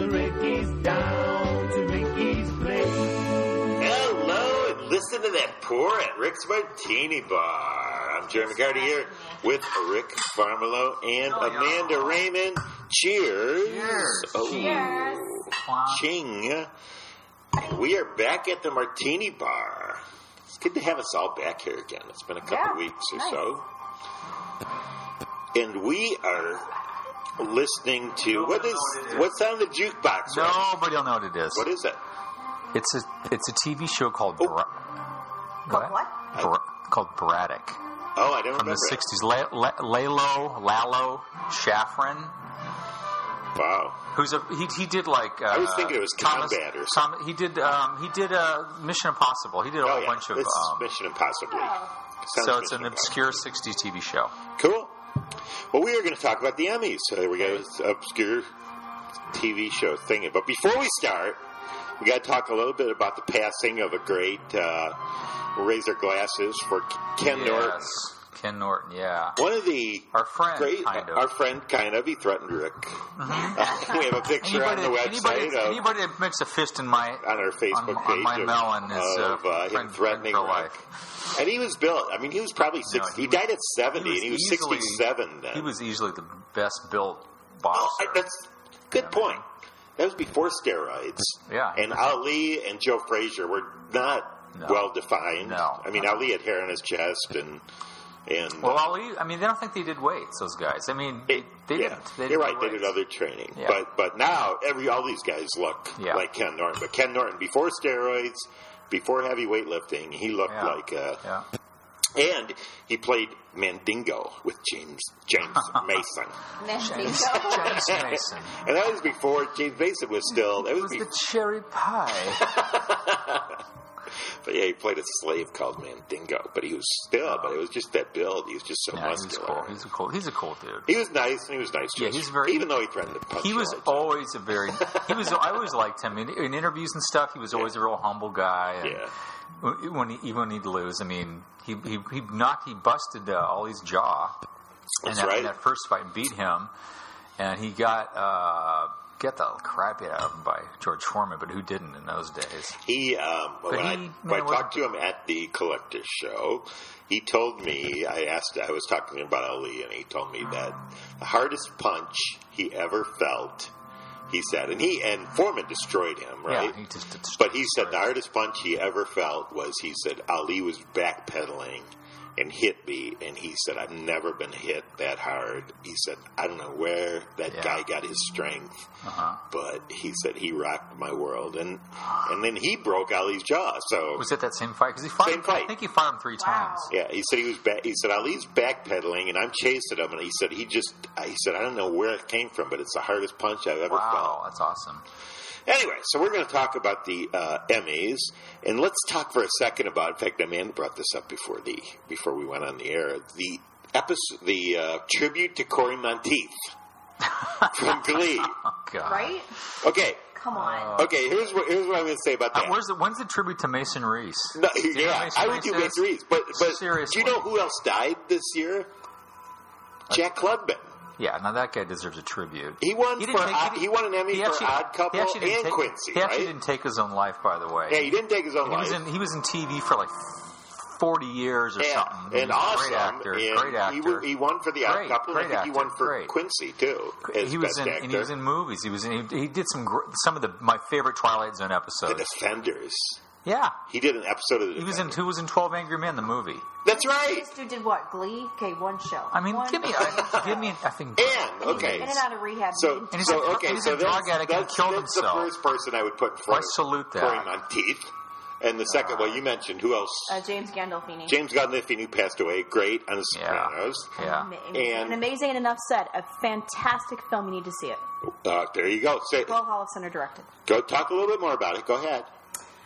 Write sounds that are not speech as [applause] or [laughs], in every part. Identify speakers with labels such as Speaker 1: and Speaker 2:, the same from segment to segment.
Speaker 1: to Ricky's, down to Ricky's place.
Speaker 2: Hello, and listen to that pour at Rick's Martini Bar. I'm Jeremy Cartier with Rick Farmelo and
Speaker 3: Oh, yeah.
Speaker 2: Amanda Raymond. Cheers.
Speaker 3: Cheers.
Speaker 2: Oh,
Speaker 4: Cheers.
Speaker 2: Ching. We are back at the Martini Bar. It's good to have us all back here again. It's been a couple
Speaker 4: Yeah,
Speaker 2: weeks or
Speaker 4: nice.
Speaker 2: so. And we are listening to what is what's on the jukebox? Right?
Speaker 3: Nobody will know what it is.
Speaker 2: What is it?
Speaker 3: It's a it's a TV show called
Speaker 2: Oh.
Speaker 3: Bra-
Speaker 4: Called what?
Speaker 3: Bra- called Braddock
Speaker 2: Oh, I don't
Speaker 3: from
Speaker 2: remember.
Speaker 3: the '60s. La- La- Lalo, Lalo, Shafran.
Speaker 2: Wow.
Speaker 3: Who's a he? He did like uh,
Speaker 2: I was thinking it was
Speaker 3: Thomas,
Speaker 2: Combat or
Speaker 3: Tom, he did um, he did uh, Mission Impossible. He did a
Speaker 2: Oh,
Speaker 3: whole
Speaker 2: yeah.
Speaker 3: bunch of
Speaker 2: This is
Speaker 3: um,
Speaker 2: Mission Impossible.
Speaker 4: Oh.
Speaker 2: Sounds
Speaker 3: so it's an
Speaker 2: Mission
Speaker 3: obscure '60s TV show.
Speaker 2: Impossible. Cool. Well, we are going to talk about the Emmys. So there we go. It's obscure TV show thingy. But before we start, we got to talk a little bit about the passing of a great uh, razor glasses for Ken
Speaker 3: yes,
Speaker 2: Norton.
Speaker 3: Ken Norton. Yeah,
Speaker 2: One of the
Speaker 3: our friend.
Speaker 2: great,
Speaker 3: kind of. Mm-hmm.
Speaker 2: our friend, kind of. He threatened Rick. [laughs] we have a picture
Speaker 3: anybody,
Speaker 2: on the website
Speaker 3: anybody,
Speaker 2: of
Speaker 3: anybody that makes a fist in my
Speaker 2: on our Facebook
Speaker 3: on,
Speaker 2: page
Speaker 3: on my
Speaker 2: of,
Speaker 3: melon is
Speaker 2: of,
Speaker 3: uh,
Speaker 2: uh, him
Speaker 3: friend-
Speaker 2: threatening
Speaker 3: friend for
Speaker 2: Rick.
Speaker 3: life.
Speaker 2: And he was built. I mean, he was probably
Speaker 3: No,
Speaker 2: six.
Speaker 3: he
Speaker 2: he,
Speaker 3: was-
Speaker 2: died at seventy,
Speaker 3: he
Speaker 2: and he
Speaker 3: was
Speaker 2: was
Speaker 3: easily-
Speaker 2: sixty-seven then.
Speaker 3: He was easily the best built boxer.
Speaker 2: Oh, I- that's good point. That was before steroids.
Speaker 3: Yeah.
Speaker 2: And Ali and Joe Frazier were not
Speaker 3: No.
Speaker 2: well defined.
Speaker 3: No.
Speaker 2: I mean, Ali had hair on his chest, and and
Speaker 3: well, Ali. I mean, they don't think they did weights. Those guys. I mean,
Speaker 2: They-
Speaker 3: they, they
Speaker 2: yeah,
Speaker 3: didn't. They
Speaker 2: you're
Speaker 3: didn't
Speaker 2: right.
Speaker 3: do
Speaker 2: They did
Speaker 3: weights.
Speaker 2: other training,
Speaker 3: Yeah.
Speaker 2: but but now every all these guys look
Speaker 3: Yeah.
Speaker 2: like Ken Norton. But Ken Norton before steroids, before heavy weightlifting, he looked
Speaker 3: Yeah.
Speaker 2: like a,
Speaker 3: Yeah.
Speaker 2: and he played Mandingo with James
Speaker 3: [laughs]
Speaker 2: James Mason,
Speaker 4: Nancy.
Speaker 3: James,
Speaker 2: [laughs]
Speaker 3: James Mason.
Speaker 2: and that was before James Mason was still. That
Speaker 3: It
Speaker 2: was,
Speaker 3: was
Speaker 2: before,
Speaker 3: the cherry
Speaker 2: [laughs]
Speaker 3: pie.
Speaker 2: But yeah, he played a slave called Mandingo, but he was still, but it was just that build. He was just so
Speaker 3: yeah, he's
Speaker 2: muscular.
Speaker 3: cool. He's a cool. He's a cool dude.
Speaker 2: he was nice and he was nice. to
Speaker 3: Yeah,
Speaker 2: us,
Speaker 3: he's very-
Speaker 2: Even though he threatened to punch
Speaker 3: He
Speaker 2: you
Speaker 3: was
Speaker 2: all the time.
Speaker 3: always a very. He was. I always liked him in, in interviews and stuff. He was always a real humble guy. And
Speaker 2: Yeah.
Speaker 3: When he, even when he'd lose, I mean, he he, he knocked, he busted uh, Ollie's jaw.
Speaker 2: That's
Speaker 3: in that, in
Speaker 2: right.
Speaker 3: that first fight, and beat him, and he got uh, get the crap beat out of him by George Foreman, but who didn't in those days?
Speaker 2: He, um, when, I,
Speaker 3: he-
Speaker 2: when
Speaker 3: man,
Speaker 2: I
Speaker 3: wasn't-
Speaker 2: talked to him at the collector show, he told me, I asked, I was talking about Ali, and he told me that the hardest punch he ever felt, he said, and he, and Foreman destroyed him, right?
Speaker 3: Yeah, he just destroyed.
Speaker 2: But he said the hardest punch he ever felt was he said Ali was backpedaling and hit me, and he said I've never been hit that hard. He said I don't know where that
Speaker 3: Yeah.
Speaker 2: guy got his strength,
Speaker 3: Uh-huh.
Speaker 2: but he said he rocked my world, and and then he broke Ali's jaw. So
Speaker 3: Was it that same fight? Because he fought.
Speaker 2: Same
Speaker 3: him, I
Speaker 2: fight.
Speaker 3: think he fought him three
Speaker 4: Wow.
Speaker 3: times.
Speaker 2: yeah, he said he was back. He said Ali's backpedaling, and I'm chasing him, and he said he just he said I don't know where it came from, but it's the hardest punch I've ever felt.
Speaker 3: Wow, that's awesome.
Speaker 2: Anyway, so we're going to talk about the uh, Emmys, and let's talk for a second about. In fact, Amanda brought this up before the before we went on the air. The episode, the uh, tribute to Corey
Speaker 3: [laughs]
Speaker 2: Monteith from Glee.
Speaker 3: Oh God.
Speaker 4: Right?
Speaker 2: Okay,
Speaker 4: Come on.
Speaker 2: okay. Here's what here's what I'm going to say about
Speaker 3: Uh,
Speaker 2: that.
Speaker 3: where's the, when's the tribute to Mason Reese?
Speaker 2: No,
Speaker 3: know
Speaker 2: yeah,
Speaker 3: how
Speaker 2: I
Speaker 3: many
Speaker 2: would do
Speaker 3: stories
Speaker 2: Mason Reese, but but
Speaker 3: Seriously. Uh,
Speaker 2: do you know who else died this year? Jack Klugman.
Speaker 3: Yeah, now that guy deserves a tribute.
Speaker 2: He won
Speaker 3: He didn't
Speaker 2: for
Speaker 3: take-
Speaker 2: odd,
Speaker 3: he
Speaker 2: he,
Speaker 3: didn't-
Speaker 2: won an Emmy for Odd Couple
Speaker 3: actually didn't
Speaker 2: and
Speaker 3: take,
Speaker 2: Quincy,
Speaker 3: He actually
Speaker 2: right?
Speaker 3: didn't take his own life, by the way.
Speaker 2: yeah, he didn't take his own
Speaker 3: he
Speaker 2: life.
Speaker 3: was in he was in TV for like forty years or something. He
Speaker 2: and
Speaker 3: was a
Speaker 2: awesome.
Speaker 3: great actor,
Speaker 2: and
Speaker 3: great actor.
Speaker 2: He, w- he won for the
Speaker 3: Great,
Speaker 2: Odd Couple.
Speaker 3: great
Speaker 2: and I think he
Speaker 3: actor,
Speaker 2: won for
Speaker 3: great.
Speaker 2: Quincy too. As
Speaker 3: he was
Speaker 2: best
Speaker 3: in
Speaker 2: actor.
Speaker 3: and he was in movies. He was in he, he did some gr- some of the my favorite Twilight Zone
Speaker 2: the
Speaker 3: episodes.
Speaker 2: Defenders.
Speaker 3: Yeah,
Speaker 2: He did an episode of the.
Speaker 3: he was in
Speaker 2: Defenders.
Speaker 3: who was in Twelve Angry Men the movie.
Speaker 2: That's right.
Speaker 4: This dude did what? Glee? Okay, one show.
Speaker 3: I mean,
Speaker 4: one
Speaker 3: give me
Speaker 4: show.
Speaker 3: a,
Speaker 4: [laughs]
Speaker 3: give me I
Speaker 2: [laughs]
Speaker 3: think
Speaker 2: And okay,
Speaker 4: In and out of rehab.
Speaker 2: so
Speaker 3: And he's
Speaker 2: so
Speaker 3: a-
Speaker 2: okay,
Speaker 3: he's a
Speaker 2: so
Speaker 3: drug
Speaker 2: that's,
Speaker 3: addict who
Speaker 2: that's,
Speaker 3: killed
Speaker 2: that's
Speaker 3: himself.
Speaker 2: the first person I would put in front. of
Speaker 3: salute that.
Speaker 2: Corey Monteith, and the second one you mentioned. Who else?
Speaker 4: uh, James Gandolfini.
Speaker 2: James Gandolfini who passed away. Great on The
Speaker 3: Yeah.
Speaker 2: Sopranos.
Speaker 3: yeah.
Speaker 4: Ama- an
Speaker 2: And-
Speaker 4: amazing and enough said. A fantastic film. You need to see it.
Speaker 2: Uh, there you go. Say,
Speaker 4: Paul Hall Center directed.
Speaker 2: go talk a little bit more about it. Go ahead.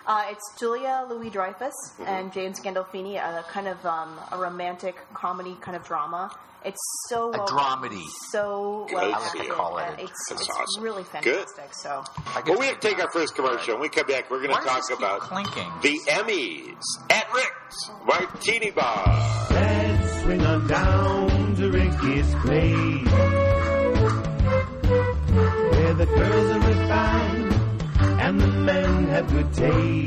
Speaker 4: Uh, it's Julia Louis Dreyfus
Speaker 2: Mm-hmm.
Speaker 4: and James Gandolfini, a kind of um, a romantic comedy kind of drama. It's so well
Speaker 3: dramedy.
Speaker 4: so
Speaker 2: Good.
Speaker 4: well
Speaker 2: I like to
Speaker 4: acted,
Speaker 3: call it
Speaker 4: and
Speaker 3: a-
Speaker 4: It's,
Speaker 2: That's
Speaker 4: it's
Speaker 2: awesome.
Speaker 4: really
Speaker 2: Good.
Speaker 4: fantastic. So
Speaker 3: I guess
Speaker 2: Well, we have to take our first commercial. When we come back, we're going
Speaker 3: Why
Speaker 2: to talk
Speaker 3: does this keep
Speaker 2: about
Speaker 3: clinking?
Speaker 2: the Emmys at Rick's Martini Bar.
Speaker 1: Let's swing on down to Ricky's place. Where the girls are refined and the men have good taste.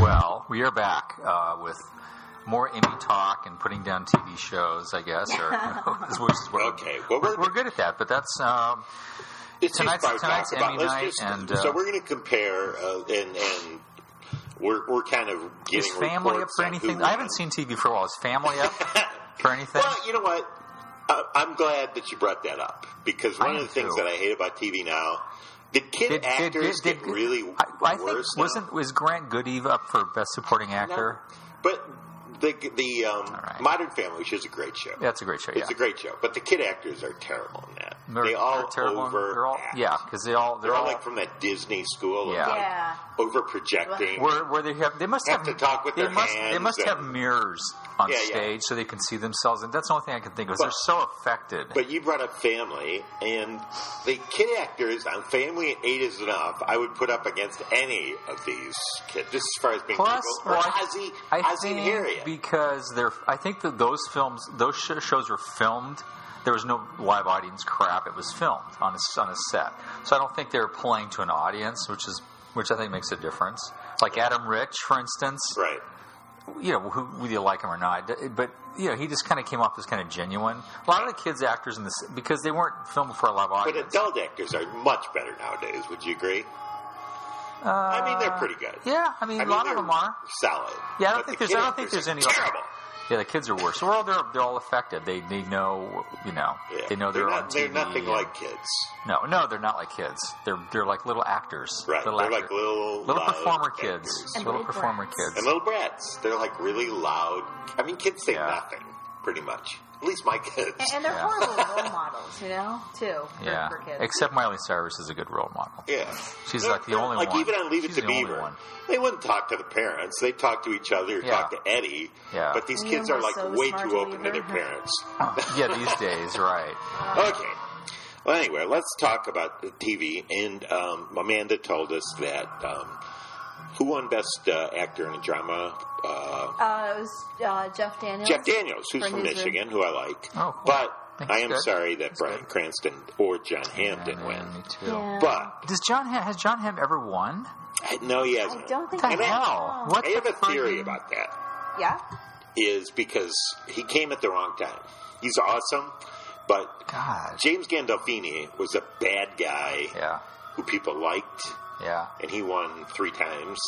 Speaker 3: Well, we are back uh, with more Emmy talk and putting down TV shows, I guess, or [laughs] which is where
Speaker 2: Okay, well, we're-
Speaker 3: we're, we're good at that. But that's um,
Speaker 2: It's just
Speaker 3: Tonight's-
Speaker 2: by
Speaker 3: tonight's
Speaker 2: talk about.
Speaker 3: Emmy
Speaker 2: Let's
Speaker 3: night,
Speaker 2: just,
Speaker 3: and, uh,
Speaker 2: so we're going to compare uh, and and we're we're kind of getting
Speaker 3: is family up
Speaker 2: reports
Speaker 3: for
Speaker 2: on who
Speaker 3: anything?
Speaker 2: won.
Speaker 3: I haven't seen TV for a while. Is family up for anything?
Speaker 2: [laughs] Well, you know what? I, I'm glad that you brought that up because
Speaker 3: I
Speaker 2: one of
Speaker 3: am
Speaker 2: the things
Speaker 3: too.
Speaker 2: that I hate about TV now, did kid
Speaker 3: Did- did-
Speaker 2: actors
Speaker 3: did-
Speaker 2: get
Speaker 3: did-
Speaker 2: really
Speaker 3: I, I think
Speaker 2: worse? now?
Speaker 3: wasn't was Grant Goodeve up for best supporting actor?
Speaker 2: But the the um,
Speaker 3: right.
Speaker 2: Modern Family, which is a great show.
Speaker 3: Yeah, that's a great show.
Speaker 2: It's
Speaker 3: yeah.
Speaker 2: a great show, but the kid actors are terrible in that.
Speaker 3: They're-
Speaker 2: they all
Speaker 3: they're terrible.
Speaker 2: over.
Speaker 3: They're all yeah, because they all they're,
Speaker 2: they're all
Speaker 3: all,
Speaker 2: like from that Disney school. of,
Speaker 3: Yeah.
Speaker 2: like,
Speaker 4: yeah,
Speaker 2: over projecting.
Speaker 3: where, where they have they must
Speaker 2: Have
Speaker 3: have,
Speaker 2: to talk with
Speaker 3: they
Speaker 2: their
Speaker 3: must they
Speaker 2: hands
Speaker 3: must
Speaker 2: and-
Speaker 3: have mirrors on
Speaker 2: Yeah, yeah.
Speaker 3: stage so they can see themselves, and that's the only thing I can think of. is
Speaker 2: But-
Speaker 3: they're so affected.
Speaker 2: But you brought up family, and the kid actors on Family Eight is enough. I would put up against any of these kids, just as far as being
Speaker 3: Plus,
Speaker 2: people. Or
Speaker 3: well,
Speaker 2: Ozzy,
Speaker 3: I
Speaker 2: Ozzy and
Speaker 3: think
Speaker 2: Harriet.
Speaker 3: because they're. I think that those films, those sh- shows were filmed. There was no live audience crap. It was filmed on a, s- on a set, so I don't think they were playing to an audience, which is which I think makes a difference. Like Adam Rich, for instance,
Speaker 2: right.
Speaker 3: you know, who, whether you like him or not, d- but you know, he just kind of came off as kind of genuine. A lot of the kids actors in this because they weren't filmed for a live
Speaker 2: But
Speaker 3: audience.
Speaker 2: adult actors are much better nowadays, would you agree?
Speaker 3: Uh,
Speaker 2: I mean, they're pretty good.
Speaker 3: Yeah, I mean,
Speaker 2: I mean,
Speaker 3: a lot
Speaker 2: they're
Speaker 3: of them are.
Speaker 2: solid.
Speaker 3: Yeah, I don't
Speaker 2: But
Speaker 3: think
Speaker 2: the
Speaker 3: there's- I
Speaker 2: kid
Speaker 3: don't think
Speaker 2: actors
Speaker 3: there's
Speaker 2: are
Speaker 3: any-
Speaker 2: terrible.
Speaker 3: Yeah, the kids are worse. They're all they're, they're all affected. They they know you know
Speaker 2: Yeah.
Speaker 3: they know they're,
Speaker 2: they're,
Speaker 3: on
Speaker 2: not,
Speaker 3: TV.
Speaker 2: they're nothing
Speaker 3: and-
Speaker 2: like kids,
Speaker 3: no no they're not like kids. They're they're like little actors.
Speaker 2: right?
Speaker 3: Little
Speaker 2: they're
Speaker 3: actor-
Speaker 2: like little
Speaker 3: little
Speaker 2: loud
Speaker 3: performer kids.
Speaker 2: actors.
Speaker 4: And
Speaker 3: Little
Speaker 4: little
Speaker 3: performer
Speaker 4: brats.
Speaker 3: kids.
Speaker 2: and little brats. They're like really loud. I mean, kids say
Speaker 3: Yeah.
Speaker 2: nothing, pretty much. At least my kids.
Speaker 4: and, and they're
Speaker 3: Yeah.
Speaker 4: horrible role models, you know, too. for-
Speaker 3: yeah,
Speaker 4: for kids.
Speaker 3: except Miley Cyrus is a good role model.
Speaker 2: Yeah.
Speaker 3: She's
Speaker 2: They're-
Speaker 3: like the
Speaker 2: they're-
Speaker 3: only
Speaker 2: like
Speaker 3: one.
Speaker 2: even on Leave
Speaker 3: She's
Speaker 2: It to
Speaker 3: the only
Speaker 2: Beaver.
Speaker 3: one.
Speaker 2: They wouldn't talk to the parents. They talk to each other,
Speaker 3: Yeah.
Speaker 2: talk to Eddie.
Speaker 3: Yeah.
Speaker 2: But these
Speaker 4: You
Speaker 2: kids
Speaker 4: were
Speaker 2: are like
Speaker 4: so
Speaker 2: way
Speaker 4: smart,
Speaker 2: too open to their
Speaker 4: Beaver.
Speaker 2: parents.
Speaker 3: [laughs] yeah, these days, right?
Speaker 2: Okay. Well, anyway, let's talk about the TV. And um, Amanda told us that um, who won Best uh, Actor in a Drama? Uh,
Speaker 4: uh, it was uh, Jeff Daniels.
Speaker 2: Jeff Daniels, who's
Speaker 4: For
Speaker 2: from
Speaker 4: Newsroom.
Speaker 2: Michigan, who I like.
Speaker 3: Oh, cool.
Speaker 2: But
Speaker 3: That's
Speaker 2: I am
Speaker 3: good.
Speaker 2: sorry that Brian
Speaker 3: good.
Speaker 2: Cranston or John Hampton
Speaker 3: Yeah,
Speaker 2: win.
Speaker 3: me too.
Speaker 4: Yeah.
Speaker 2: But
Speaker 3: Does John Ham, has John Ham ever won?
Speaker 2: no, he
Speaker 4: I
Speaker 2: hasn't.
Speaker 4: don't think
Speaker 3: What
Speaker 4: I
Speaker 3: the
Speaker 2: And I-
Speaker 3: hell? What
Speaker 2: I have
Speaker 3: the
Speaker 2: a theory
Speaker 3: friggin-
Speaker 2: about that.
Speaker 4: Yeah.
Speaker 2: is because he came at the wrong time. He's awesome, but
Speaker 3: God.
Speaker 2: James Gandolfini was a bad guy
Speaker 3: Yeah,
Speaker 2: who people liked,
Speaker 3: yeah.
Speaker 2: and he won three times.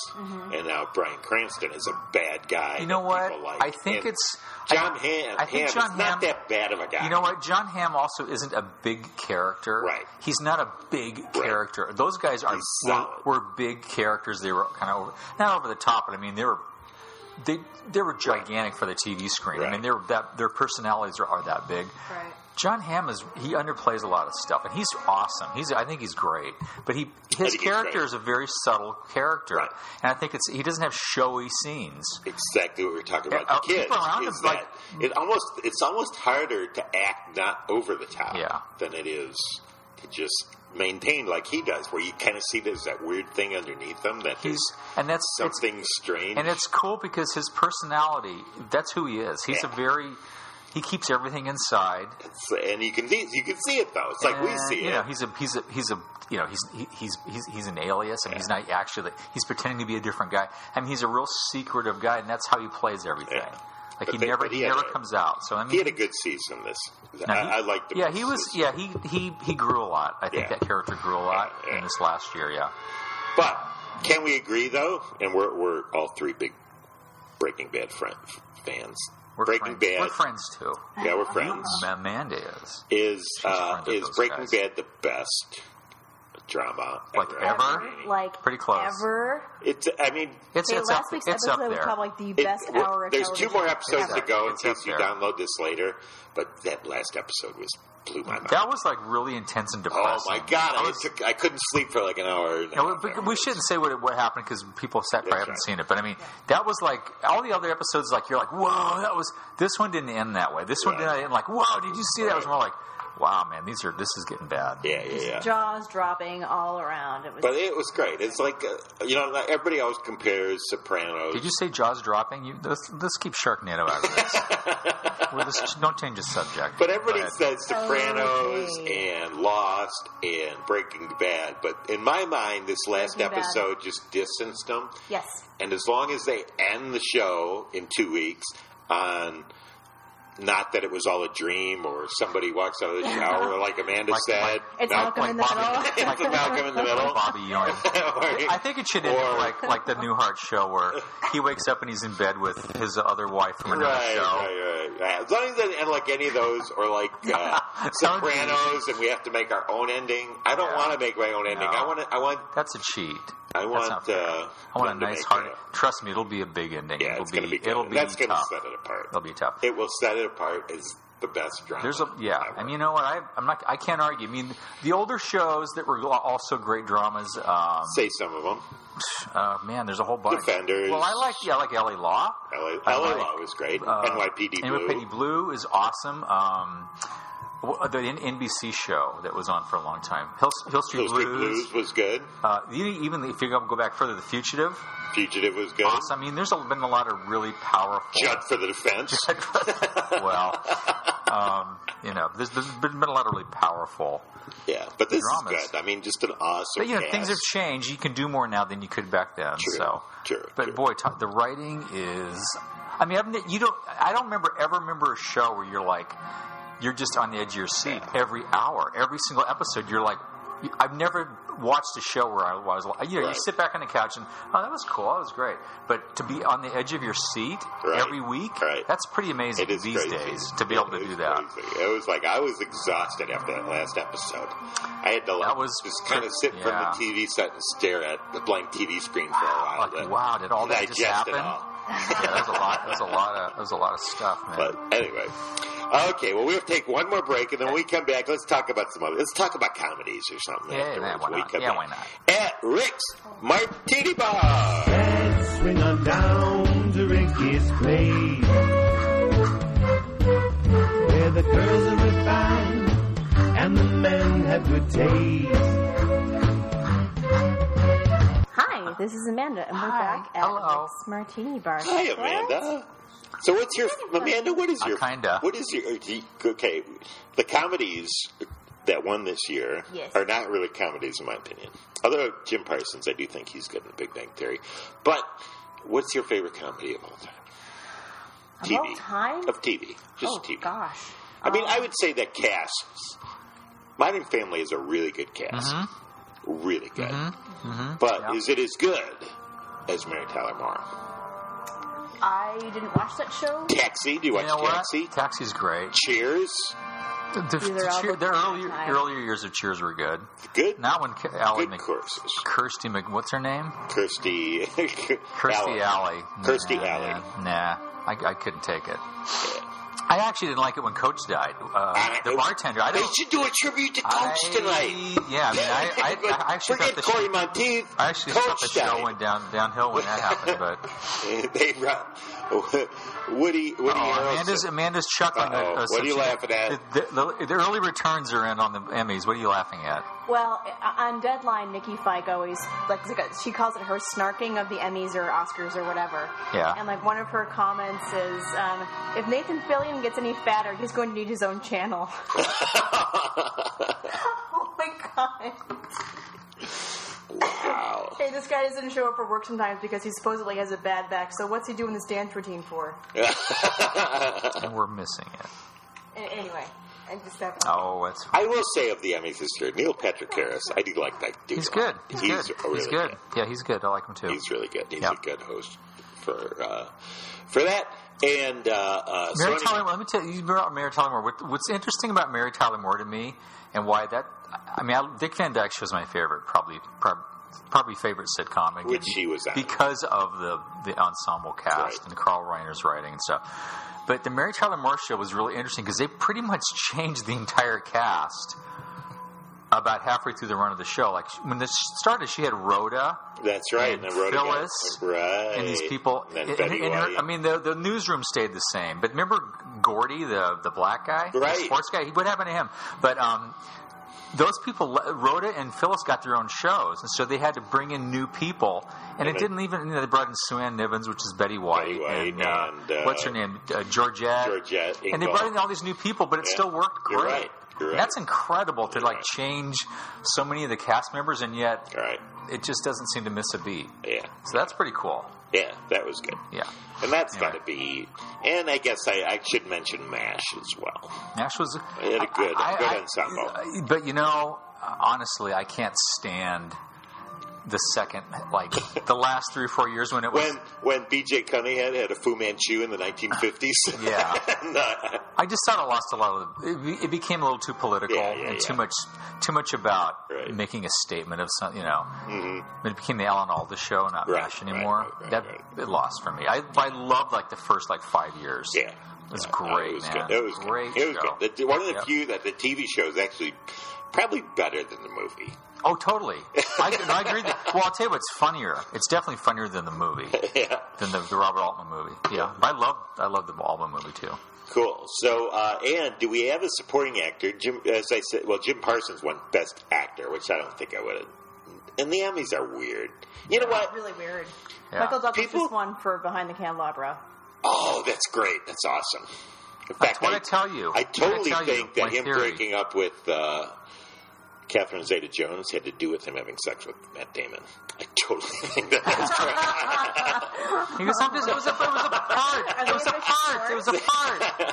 Speaker 2: And now Brian Cranston is a bad guy.
Speaker 3: You know
Speaker 2: that
Speaker 3: what?
Speaker 2: People like.
Speaker 3: I think
Speaker 2: And
Speaker 3: it's
Speaker 2: John Hamm.
Speaker 3: I think
Speaker 2: Hamm
Speaker 3: John
Speaker 2: is not
Speaker 3: Hamm-
Speaker 2: that bad of a guy.
Speaker 3: You know what? John Hamm also isn't a big character.
Speaker 2: Right.
Speaker 3: He's not a big character. Those guys are
Speaker 2: He's
Speaker 3: were,
Speaker 2: solid.
Speaker 3: were big characters. They were kind of over, not over the top, but I mean they were they they were gigantic for the TV screen. I
Speaker 2: Right.
Speaker 3: mean they were that their personalities are, are that big.
Speaker 4: Right.
Speaker 3: John Hamm is he underplays a lot of stuff, and he's awesome. He's I think he's great, but he
Speaker 2: think
Speaker 3: his
Speaker 2: he's
Speaker 3: character
Speaker 2: great.
Speaker 3: is a very subtle character,
Speaker 2: Right.
Speaker 3: and I think it's he doesn't have showy scenes.
Speaker 2: Exactly what we were talking
Speaker 3: Yeah,
Speaker 2: about.
Speaker 3: uh,
Speaker 2: the kids
Speaker 3: people around
Speaker 2: is
Speaker 3: him,
Speaker 2: that
Speaker 3: like-
Speaker 2: it almost it's almost harder to act not over the top
Speaker 3: Yeah.
Speaker 2: than it is to just maintain like he does, where you kind of see there's that weird thing underneath them that
Speaker 3: He's
Speaker 2: there's
Speaker 3: and that's it's
Speaker 2: something strange.
Speaker 3: And it's cool because his personality, that's who he is. He's
Speaker 2: Yeah.
Speaker 3: a very, he keeps everything inside.
Speaker 2: It's- and you can see- you can see it though. It's like we
Speaker 3: And,
Speaker 2: see
Speaker 3: you know,
Speaker 2: it.
Speaker 3: he's a, he's a, he's a, you know, he's, he, he's, he's, he's an alias and he's not actually, he's pretending to be a different guy. I mean, he's a real secretive guy and that's how he plays everything.
Speaker 2: Yeah.
Speaker 3: Like
Speaker 2: But
Speaker 3: he
Speaker 2: they-
Speaker 3: never,
Speaker 2: but he
Speaker 3: he,
Speaker 2: had
Speaker 3: never
Speaker 2: a-
Speaker 3: comes out. So I mean,
Speaker 2: He had a good season. This
Speaker 3: now he-
Speaker 2: I, I liked him.
Speaker 3: Yeah,
Speaker 2: this
Speaker 3: he was.
Speaker 2: season.
Speaker 3: Yeah, he he he grew a lot. I think
Speaker 2: Yeah.
Speaker 3: that character grew a lot
Speaker 2: Yeah, yeah.
Speaker 3: in this last year. Yeah,
Speaker 2: But can we agree though? And we're we're all three big Breaking Bad friend, fans.
Speaker 3: we're
Speaker 2: Breaking
Speaker 3: friends.
Speaker 2: Bad.
Speaker 3: We're friends too.
Speaker 2: Yeah, we're friends.
Speaker 3: Ma- Amanda is
Speaker 2: Is uh,
Speaker 3: friends with
Speaker 2: is
Speaker 3: those
Speaker 2: Breaking
Speaker 3: guys.
Speaker 2: Bad the best drama
Speaker 3: Like ever?
Speaker 4: Like
Speaker 3: Pretty close.
Speaker 4: Ever.
Speaker 2: It's I mean
Speaker 3: it's
Speaker 4: Hey,
Speaker 3: it's
Speaker 4: last
Speaker 3: up
Speaker 4: week's
Speaker 3: it's up
Speaker 4: episode
Speaker 3: there.
Speaker 4: was probably like the
Speaker 2: it-
Speaker 4: best
Speaker 2: well,
Speaker 4: hour. of
Speaker 2: There's two
Speaker 4: television
Speaker 2: more
Speaker 4: I've
Speaker 2: episodes
Speaker 4: ever
Speaker 2: to go in
Speaker 3: It's up
Speaker 2: case you
Speaker 3: there.
Speaker 2: download this later. But that last episode was blew my mind.
Speaker 3: That was like really intense and
Speaker 2: oh
Speaker 3: depressing.
Speaker 2: my god!
Speaker 3: I
Speaker 2: I,
Speaker 3: was-
Speaker 2: took, I couldn't sleep for like an hour. and a
Speaker 3: No,
Speaker 2: half,
Speaker 3: we,
Speaker 2: I
Speaker 3: we
Speaker 2: remember.
Speaker 3: shouldn't say what what happened because people sat probably
Speaker 2: That's
Speaker 3: haven't
Speaker 2: right.
Speaker 3: seen it. But I mean, that was like all the other episodes. Like you're like, whoa, that was. This one didn't end that way. This one
Speaker 2: Right.
Speaker 3: didn't end like, whoa, did you see that? It was more like, wow, man, these are this is getting bad.
Speaker 2: Yeah, yeah, yeah.
Speaker 4: Jaws dropping all around. It was.
Speaker 2: But it was great. It's like uh, you know, like, everybody always compares Sopranos.
Speaker 3: Did you say Jaws dropping? You let's, let's keep Sharknado out of this.
Speaker 2: [laughs]
Speaker 3: Well, let's- don't change the subject.
Speaker 2: but everybody
Speaker 3: Go ahead.
Speaker 2: says Sopranos
Speaker 4: Oh, Okay.
Speaker 2: and Lost and Breaking Bad. But in my mind, this last
Speaker 4: Breaking Bad.
Speaker 2: episode just distanced them.
Speaker 4: yes.
Speaker 2: And as long as they end the show in two weeks on not that it was all a dream or somebody walks out of the shower like Amanda
Speaker 3: Like-
Speaker 2: said,
Speaker 4: It's
Speaker 2: Mal-
Speaker 4: Malcolm in the
Speaker 3: Bobby-
Speaker 4: Middle.
Speaker 2: it's a Malcolm in the [laughs]
Speaker 3: like
Speaker 2: middle.
Speaker 3: Bobby Yarn.
Speaker 2: Or-
Speaker 3: I think it should end
Speaker 2: Or-
Speaker 3: like like the Newhart show where he wakes up and he's in bed with his other wife from another
Speaker 2: Right,
Speaker 3: show.
Speaker 2: right, right, right. As long as it doesn't end like any of those, or
Speaker 3: [laughs]
Speaker 2: like uh,
Speaker 3: Sounds
Speaker 2: Sopranos, and we have to make our own ending. I don't
Speaker 3: Yeah.
Speaker 2: want to make my own ending.
Speaker 3: No.
Speaker 2: I want to. I want.
Speaker 3: That's a cheat.
Speaker 2: I
Speaker 3: That's not
Speaker 2: want.
Speaker 3: fair.
Speaker 2: Uh,
Speaker 3: I want a
Speaker 2: them to
Speaker 3: nice
Speaker 2: make
Speaker 3: heart.
Speaker 2: it.
Speaker 3: Trust me, it'll be a big ending.
Speaker 2: Yeah,
Speaker 3: it'll
Speaker 2: it's going to be. good.
Speaker 3: It'll be
Speaker 2: That's going to
Speaker 3: tough.
Speaker 2: set it apart.
Speaker 3: It'll be tough.
Speaker 2: It will set it apart as the best drama.
Speaker 3: There's a yeah,
Speaker 2: ever.
Speaker 3: and you know what? I, I'm not. I can't argue. I mean, the older shows that were also great dramas. Um,
Speaker 2: say some of them.
Speaker 3: uh, man, there's a whole bunch.
Speaker 2: Defenders.
Speaker 3: Well, I like yeah, I like L.A. Law.
Speaker 2: LA,
Speaker 3: I
Speaker 2: LA
Speaker 3: like,
Speaker 2: Law was great.
Speaker 3: uh,
Speaker 2: NYPD Blue.
Speaker 3: NYPD Blue is awesome. Um, wh- the N- NBC show that was on for a long time, Hill, Hill Street
Speaker 2: Those Good Blues was good.
Speaker 3: Uh, even even if you go go back further, The Fugitive.
Speaker 2: Fugitive was good.
Speaker 3: Awesome. I mean, there's a- been a lot of really powerful.
Speaker 2: Judd for the
Speaker 3: [laughs]
Speaker 2: defense.
Speaker 3: well,
Speaker 2: [laughs]
Speaker 3: um, you know, there's, there's been been a lot of really powerful.
Speaker 2: yeah, but this
Speaker 3: Dramas.
Speaker 2: is good. I mean, just an awesome.
Speaker 3: But you know, things
Speaker 2: cast.
Speaker 3: have changed. You can do more now than you could back then.
Speaker 2: True,
Speaker 3: So,
Speaker 2: true,
Speaker 3: but
Speaker 2: true.
Speaker 3: boy, Todd, the writing is. I mean, I've, ne- you don't. I don't remember ever remember a show where you're like, you're just on the edge of your seat every hour, every single episode. You're like, you- I've never watched a show where I was. like- You know,
Speaker 2: Right.
Speaker 3: you sit back on the couch and oh, that was cool, that was great. But to be on the edge of your seat
Speaker 2: Right.
Speaker 3: every week,
Speaker 2: Right.
Speaker 3: that's pretty amazing
Speaker 2: It is
Speaker 3: these
Speaker 2: crazy.
Speaker 3: days to be
Speaker 2: It
Speaker 3: able to
Speaker 2: is
Speaker 3: do that.
Speaker 2: crazy. It was like I was exhausted after that last episode. I had to like
Speaker 3: That was
Speaker 2: just kind of sit from
Speaker 3: yeah. Ah,
Speaker 2: the TV set and stare at the blank TV screen for a while.
Speaker 3: Like, wow, did all that just
Speaker 2: digest
Speaker 3: happen?
Speaker 2: it all.
Speaker 3: yeah, that was a lot. That was a lot of. That was a lot of stuff, man.
Speaker 2: But anyway, okay. Well, we'll take one more break, and then when we come back, let's talk about some other. Let's talk about comedies or something.
Speaker 3: Yeah,
Speaker 2: afterwards
Speaker 3: yeah, why
Speaker 2: when we
Speaker 3: not?
Speaker 2: come
Speaker 3: Yeah,
Speaker 2: back.
Speaker 3: why not?
Speaker 2: At Rick's Martini Bar.
Speaker 1: Let's swing on down to Ricky's place. Where the girls are refined and the men have good taste.
Speaker 4: [laughs] Hi, this is Amanda, and we're
Speaker 3: Hi.
Speaker 4: back at
Speaker 3: Hello.
Speaker 4: Rick's Martini Bar.
Speaker 2: Hi, Amanda. So what's your Amanda? What is
Speaker 3: Uh,
Speaker 2: your
Speaker 3: kinda.
Speaker 2: What is your okay? The comedies that won this year
Speaker 4: Yes.
Speaker 2: are not really comedies, in my opinion. Although Jim Parsons, I do think he's good in Big Bang Theory. But what's your favorite comedy of all time?
Speaker 4: Of all time?
Speaker 2: of TV, just
Speaker 4: oh
Speaker 2: TV.
Speaker 4: gosh.
Speaker 2: I mean,
Speaker 4: Um,
Speaker 3: Oh.
Speaker 2: I would say that casts. Modern Family is a really good cast,
Speaker 3: mm-hmm,
Speaker 2: really good. But
Speaker 3: Yeah.
Speaker 2: is it as good as Mary Tyler Moore?
Speaker 4: I didn't watch that show.
Speaker 2: Taxi? Do you watch
Speaker 3: You know
Speaker 2: Taxi?
Speaker 3: what? Taxi's great.
Speaker 2: Cheers.
Speaker 3: The, the,
Speaker 4: These are
Speaker 3: the
Speaker 4: all
Speaker 3: cheer,
Speaker 4: good
Speaker 3: their
Speaker 4: times.
Speaker 3: earlier earlier years of Cheers were good.
Speaker 2: Good.
Speaker 3: Now when K- Allie
Speaker 2: good
Speaker 3: Mc,
Speaker 2: courses.
Speaker 3: [laughs] Kirsty Mc, what's her name?
Speaker 2: Kirsty.
Speaker 3: Kirsty Alley.
Speaker 2: Kirsty
Speaker 3: nah,
Speaker 2: Alley.
Speaker 3: Nah, nah. I, I couldn't take it. I actually didn't like it when Coach died. Uh, the bartender. I
Speaker 2: They
Speaker 3: don't.
Speaker 2: should do a tribute to Coach
Speaker 3: I-
Speaker 2: tonight.
Speaker 3: Yeah, I mean, I,
Speaker 2: [laughs]
Speaker 3: I, I actually
Speaker 2: forget
Speaker 3: thought the show,
Speaker 2: Corey Monteith. [laughs]
Speaker 3: I actually thought
Speaker 2: Coach
Speaker 3: the show
Speaker 2: died.
Speaker 3: went down downhill when that happened.
Speaker 2: [laughs]
Speaker 3: But
Speaker 2: they brought [laughs] Woody. Woody
Speaker 3: oh,
Speaker 2: Harrelson.
Speaker 3: Amanda's Amanda's chuckling.
Speaker 2: Uh-oh.
Speaker 3: at us.
Speaker 2: What are you laughing at?
Speaker 3: The, the, the early returns are in on the Emmys. What are you laughing at?
Speaker 4: Well, uh, on deadline, Nikki Fike always like she calls it her snarking of the Emmys or Oscars or whatever.
Speaker 3: Yeah.
Speaker 4: And like one of her comments is, um, if Nathan Fillion gets any fatter, he's going to need his own channel. [laughs] oh my god!
Speaker 2: Wow.
Speaker 4: Hey, this guy doesn't show up for work sometimes because he supposedly has a bad back. So what's he doing this dance routine for?
Speaker 2: [laughs]
Speaker 3: [laughs] And we're missing it.
Speaker 4: A- Anyway, I just have.
Speaker 3: Oh, that's
Speaker 2: I will say of the Emmys this year, Neil Patrick Harris. I do like that dude.
Speaker 3: he's
Speaker 2: a lot.
Speaker 3: good. He's, good.
Speaker 2: really
Speaker 3: he's good. Yeah, he's good. I like him too.
Speaker 2: He's really good. He's
Speaker 3: Yeah.
Speaker 2: a good host for uh, for that. And uh, uh, so
Speaker 3: Mary
Speaker 2: any-
Speaker 3: Tyler. Moore, Let me tell you, you brought up Mary Tyler Moore. What, what's interesting about Mary Tyler Moore to me, and why that? I mean, I, Dick Van Dyke was my favorite, probably, prob probably favorite sitcom again,
Speaker 2: Which he was on.
Speaker 3: because of the the ensemble cast
Speaker 2: Right.
Speaker 3: and Carl Reiner's writing and stuff. But the Mary Tyler Moore show was really interesting because they pretty much changed the entire cast about halfway through the run of the show. Like when this started, she had Rhoda
Speaker 2: That's right.
Speaker 3: And
Speaker 2: I wrote it down.
Speaker 3: Phyllis
Speaker 2: right?
Speaker 3: and these people.
Speaker 2: And then
Speaker 3: and-
Speaker 2: Betty
Speaker 3: and her-
Speaker 2: White.
Speaker 3: I mean, the, the newsroom stayed the same, but remember Gordy, the the black guy,
Speaker 2: Right.
Speaker 3: the sports guy. What happened to him? But um, those people, le- Rhoda and Phyllis, got their own shows, and so they had to bring in new people. And,
Speaker 2: And
Speaker 3: it
Speaker 2: it-
Speaker 3: didn't even. You know, they brought in Sue Ann Nivens, which is Betty White,
Speaker 2: Betty White
Speaker 3: and, uh,
Speaker 2: and, uh,
Speaker 3: what's her name, uh, Georgette.
Speaker 2: Georgette
Speaker 3: And they
Speaker 2: Engel.
Speaker 3: brought in all these new people, but it
Speaker 2: Yeah.
Speaker 3: still worked
Speaker 2: You're
Speaker 3: great.
Speaker 2: right. You're
Speaker 3: And
Speaker 2: right.
Speaker 3: That's incredible to
Speaker 2: You're
Speaker 3: like
Speaker 2: right.
Speaker 3: change so many of the cast members, and yet
Speaker 2: All right.
Speaker 3: it just doesn't seem to miss a beat.
Speaker 2: Yeah.
Speaker 3: So that's pretty cool.
Speaker 2: Yeah. That was good.
Speaker 3: Yeah.
Speaker 2: And that's
Speaker 3: Anyway.
Speaker 2: got to be. And I guess I, I should mention MASH as well.
Speaker 3: Nash was
Speaker 2: They had a good,
Speaker 3: I-
Speaker 2: good
Speaker 3: I-
Speaker 2: ensemble.
Speaker 3: But you know, honestly, I can't stand the second, like the last three or four years when it was.
Speaker 2: when when BJ Cunningham had a Fu Manchu in the 1950s.
Speaker 3: Yeah.
Speaker 2: [laughs] And, uh,
Speaker 3: I just thought I lost a lot of. It, be- it became a little too political
Speaker 2: Yeah, yeah,
Speaker 3: and too
Speaker 2: yeah.
Speaker 3: much, too much about
Speaker 2: Right.
Speaker 3: making a statement of some. You know,
Speaker 2: mhm.
Speaker 3: it became the Alan Alda show, not
Speaker 2: Right,
Speaker 3: Nash
Speaker 2: right,
Speaker 3: anymore.
Speaker 2: right, right,
Speaker 3: that
Speaker 2: right.
Speaker 3: it lost for me. I I loved like the first like five years.
Speaker 2: Yeah.
Speaker 3: it was
Speaker 2: Yeah, no,
Speaker 3: great,
Speaker 2: it was
Speaker 3: man.
Speaker 2: good. It was good.
Speaker 3: great
Speaker 2: It was
Speaker 3: show.
Speaker 2: good. The- one of the
Speaker 3: Yep.
Speaker 2: few that the TV show is actually probably better than the movie. [laughs]
Speaker 3: Oh, totally. I, and I agree. That, well, I'll tell you what's funnier. It's definitely funnier than the movie,
Speaker 2: yeah.
Speaker 3: than the, the Robert Altman movie. Yeah, I love I love the Altman movie too.
Speaker 2: Cool. So, uh, and do we have a supporting actor? Jim, as I said, well, Jim Parsons won Best Actor, which I don't think I would have. And the Emmys are weird. You know what?
Speaker 4: Really weird.
Speaker 3: Yeah.
Speaker 4: Michael Douglas
Speaker 2: People-
Speaker 4: just won for Behind the
Speaker 3: [laughs]
Speaker 4: Candelabra.
Speaker 2: Oh, that's great. That's awesome. In fact,
Speaker 3: That's what I,
Speaker 2: I-
Speaker 3: tell you.
Speaker 2: I
Speaker 3: That's what
Speaker 2: totally
Speaker 3: tell you,
Speaker 2: think that
Speaker 3: my
Speaker 2: him
Speaker 3: theory.
Speaker 2: breaking up with uh, Catherine Zeta Jones had to do with him having sex with Matt Damon. I totally [laughs] think that was
Speaker 3: He goes, "I'm just- it was a, it was a part. It was a part. It was a part.
Speaker 2: [laughs]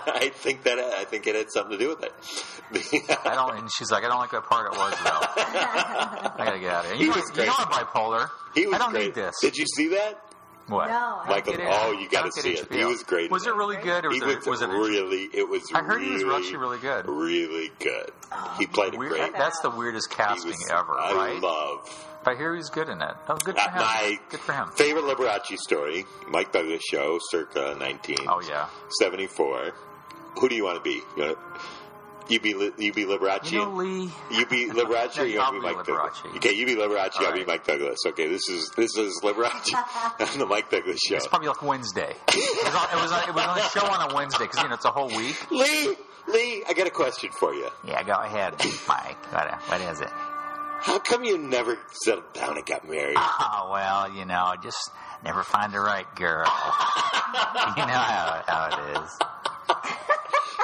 Speaker 2: I think that I think it had something to do with it. [laughs]
Speaker 3: I don't. And she's like, I don't like what part it was though. I gotta get out of here.
Speaker 2: He
Speaker 3: You, know,
Speaker 2: was
Speaker 3: you know
Speaker 2: great.
Speaker 3: I'm bipolar.
Speaker 2: he was
Speaker 3: I don't
Speaker 2: great.
Speaker 3: need this.
Speaker 2: Did you see that?
Speaker 3: what?
Speaker 4: No.
Speaker 3: I don't
Speaker 2: Michael-
Speaker 3: get it.
Speaker 2: oh, you
Speaker 3: I
Speaker 2: gotta
Speaker 3: don't get
Speaker 2: see it. He was great in
Speaker 3: Was it
Speaker 2: that.
Speaker 3: really good? Or was
Speaker 2: He
Speaker 3: it?
Speaker 2: was,
Speaker 3: Was it?
Speaker 2: really. It was.
Speaker 3: I heard he was
Speaker 2: really,
Speaker 3: actually really good. Um,
Speaker 2: Really good. He played a
Speaker 3: Weird-
Speaker 2: great.
Speaker 3: That's the weirdest
Speaker 2: he
Speaker 3: casting
Speaker 2: was,
Speaker 3: ever,
Speaker 2: I
Speaker 3: right?
Speaker 2: love
Speaker 3: I hear he's good in it. Oh, good for
Speaker 2: Uh,
Speaker 3: him.
Speaker 2: my-
Speaker 3: good for him.
Speaker 2: favorite Liberace story. Mike Douglas show, circa nineteen.
Speaker 3: Oh yeah.
Speaker 2: 74. Who do you want to be? You, want to, you be Li- you be Liberace.
Speaker 3: You know Lee.
Speaker 2: You
Speaker 3: [laughs]
Speaker 2: be Liberace, or you want to be
Speaker 3: I'll be
Speaker 2: Mike
Speaker 3: Liberace.
Speaker 2: Douglas? Okay, you be Liberace.
Speaker 3: All
Speaker 2: I'll be
Speaker 3: right.
Speaker 2: Mike Douglas. Okay, this is this is Liberace [laughs]
Speaker 3: [laughs]
Speaker 2: on the Mike Douglas show.
Speaker 3: It's probably like Wednesday. It was on, it was on, it was on a show on a Wednesday because you know it's a whole week.
Speaker 2: Lee, Lee, I got a question for you.
Speaker 3: Yeah, go ahead, Mike. What, uh, what is it?
Speaker 2: How come you never settled down and got married?
Speaker 3: Oh well, you know, just never find the right girl. you know how, how it is.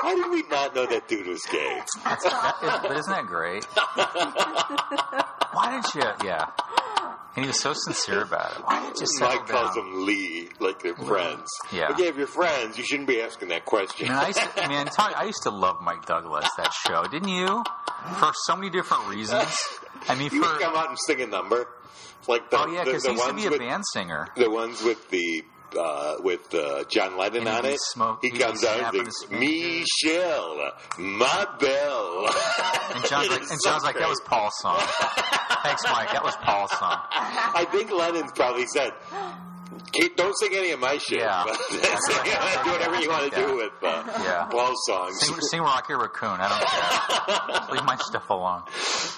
Speaker 2: How did we not know that dude was gay?
Speaker 3: That is- But isn't that great? Why didn't you? Yeah. And he was so sincere about it. Why didn't you settle
Speaker 2: Mike calls
Speaker 3: down?
Speaker 2: him Lee, like they're friends.
Speaker 3: Yeah.
Speaker 2: Okay, if you're friends, you shouldn't be asking that question.
Speaker 3: Man, I used to, man, tell you, I used to love Mike Douglas that show, didn't you? For so many different reasons. I mean,
Speaker 2: you
Speaker 3: for
Speaker 2: would come out and sing a number, like the
Speaker 3: oh yeah,
Speaker 2: the,
Speaker 3: because
Speaker 2: the
Speaker 3: he used to
Speaker 2: ones
Speaker 3: be a
Speaker 2: with-
Speaker 3: band
Speaker 2: [laughs]
Speaker 3: singer.
Speaker 2: the ones with the uh, with uh, John Lennon
Speaker 3: And he'd
Speaker 2: on
Speaker 3: be
Speaker 2: it.
Speaker 3: smoke-
Speaker 2: he
Speaker 3: he'd be
Speaker 2: comes out
Speaker 3: snapping
Speaker 2: and sings,
Speaker 3: his fingers.
Speaker 2: "Michelle, my belle."
Speaker 3: And John's
Speaker 2: It
Speaker 3: like,
Speaker 2: is
Speaker 3: and
Speaker 2: so
Speaker 3: John's like, that
Speaker 2: great.
Speaker 3: was Paul's
Speaker 2: [laughs]
Speaker 3: song. Thanks, Mike. That was Paul's song.
Speaker 2: I think Lennon probably said, "Keep- "Don't sing any of my shit.
Speaker 3: Yeah.
Speaker 2: but [laughs] do whatever you want to
Speaker 3: Yeah.
Speaker 2: do with uh,
Speaker 3: Yeah.
Speaker 2: Paul songs."
Speaker 3: Sing, sing Rocky Raccoon. I don't
Speaker 2: [laughs]
Speaker 3: care. Leave my stuff alone.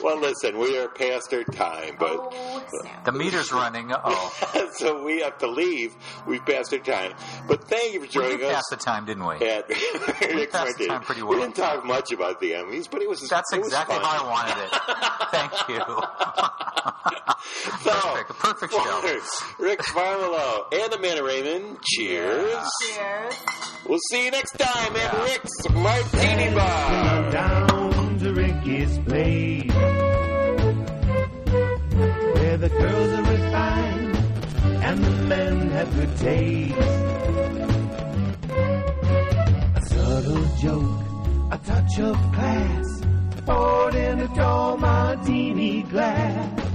Speaker 2: Well, listen, we are past our time, but.
Speaker 4: oh, Sam.
Speaker 3: The meter's running. Uh oh.
Speaker 2: [laughs] so we have to leave. We've passed our time. But thank you for
Speaker 3: We
Speaker 2: joining
Speaker 3: did pass
Speaker 2: us.
Speaker 3: the time, didn't we?
Speaker 2: [laughs] at Rick
Speaker 3: passed
Speaker 2: Martin.
Speaker 3: the time pretty
Speaker 2: We
Speaker 3: well.
Speaker 2: didn't talk much about the Emmys, but it was
Speaker 3: That's
Speaker 2: it was
Speaker 3: exactly
Speaker 2: fun.
Speaker 3: how I wanted it.
Speaker 2: [laughs]
Speaker 3: Thank you.
Speaker 2: So,
Speaker 3: Perfect. A perfect show.
Speaker 2: for Rick Farmelo and Amanda Raymond. Cheers.
Speaker 4: Cheers.
Speaker 2: We'll see you next time at
Speaker 3: Yeah.
Speaker 2: Rick's Martini
Speaker 1: I'm
Speaker 2: Bar.
Speaker 1: down to Ricky's place, where the girls are refined and the men have good taste. A subtle joke, a touch of class, poured in a tall martini glass.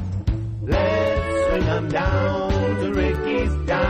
Speaker 1: Let's swing 'em down to Ricky's down.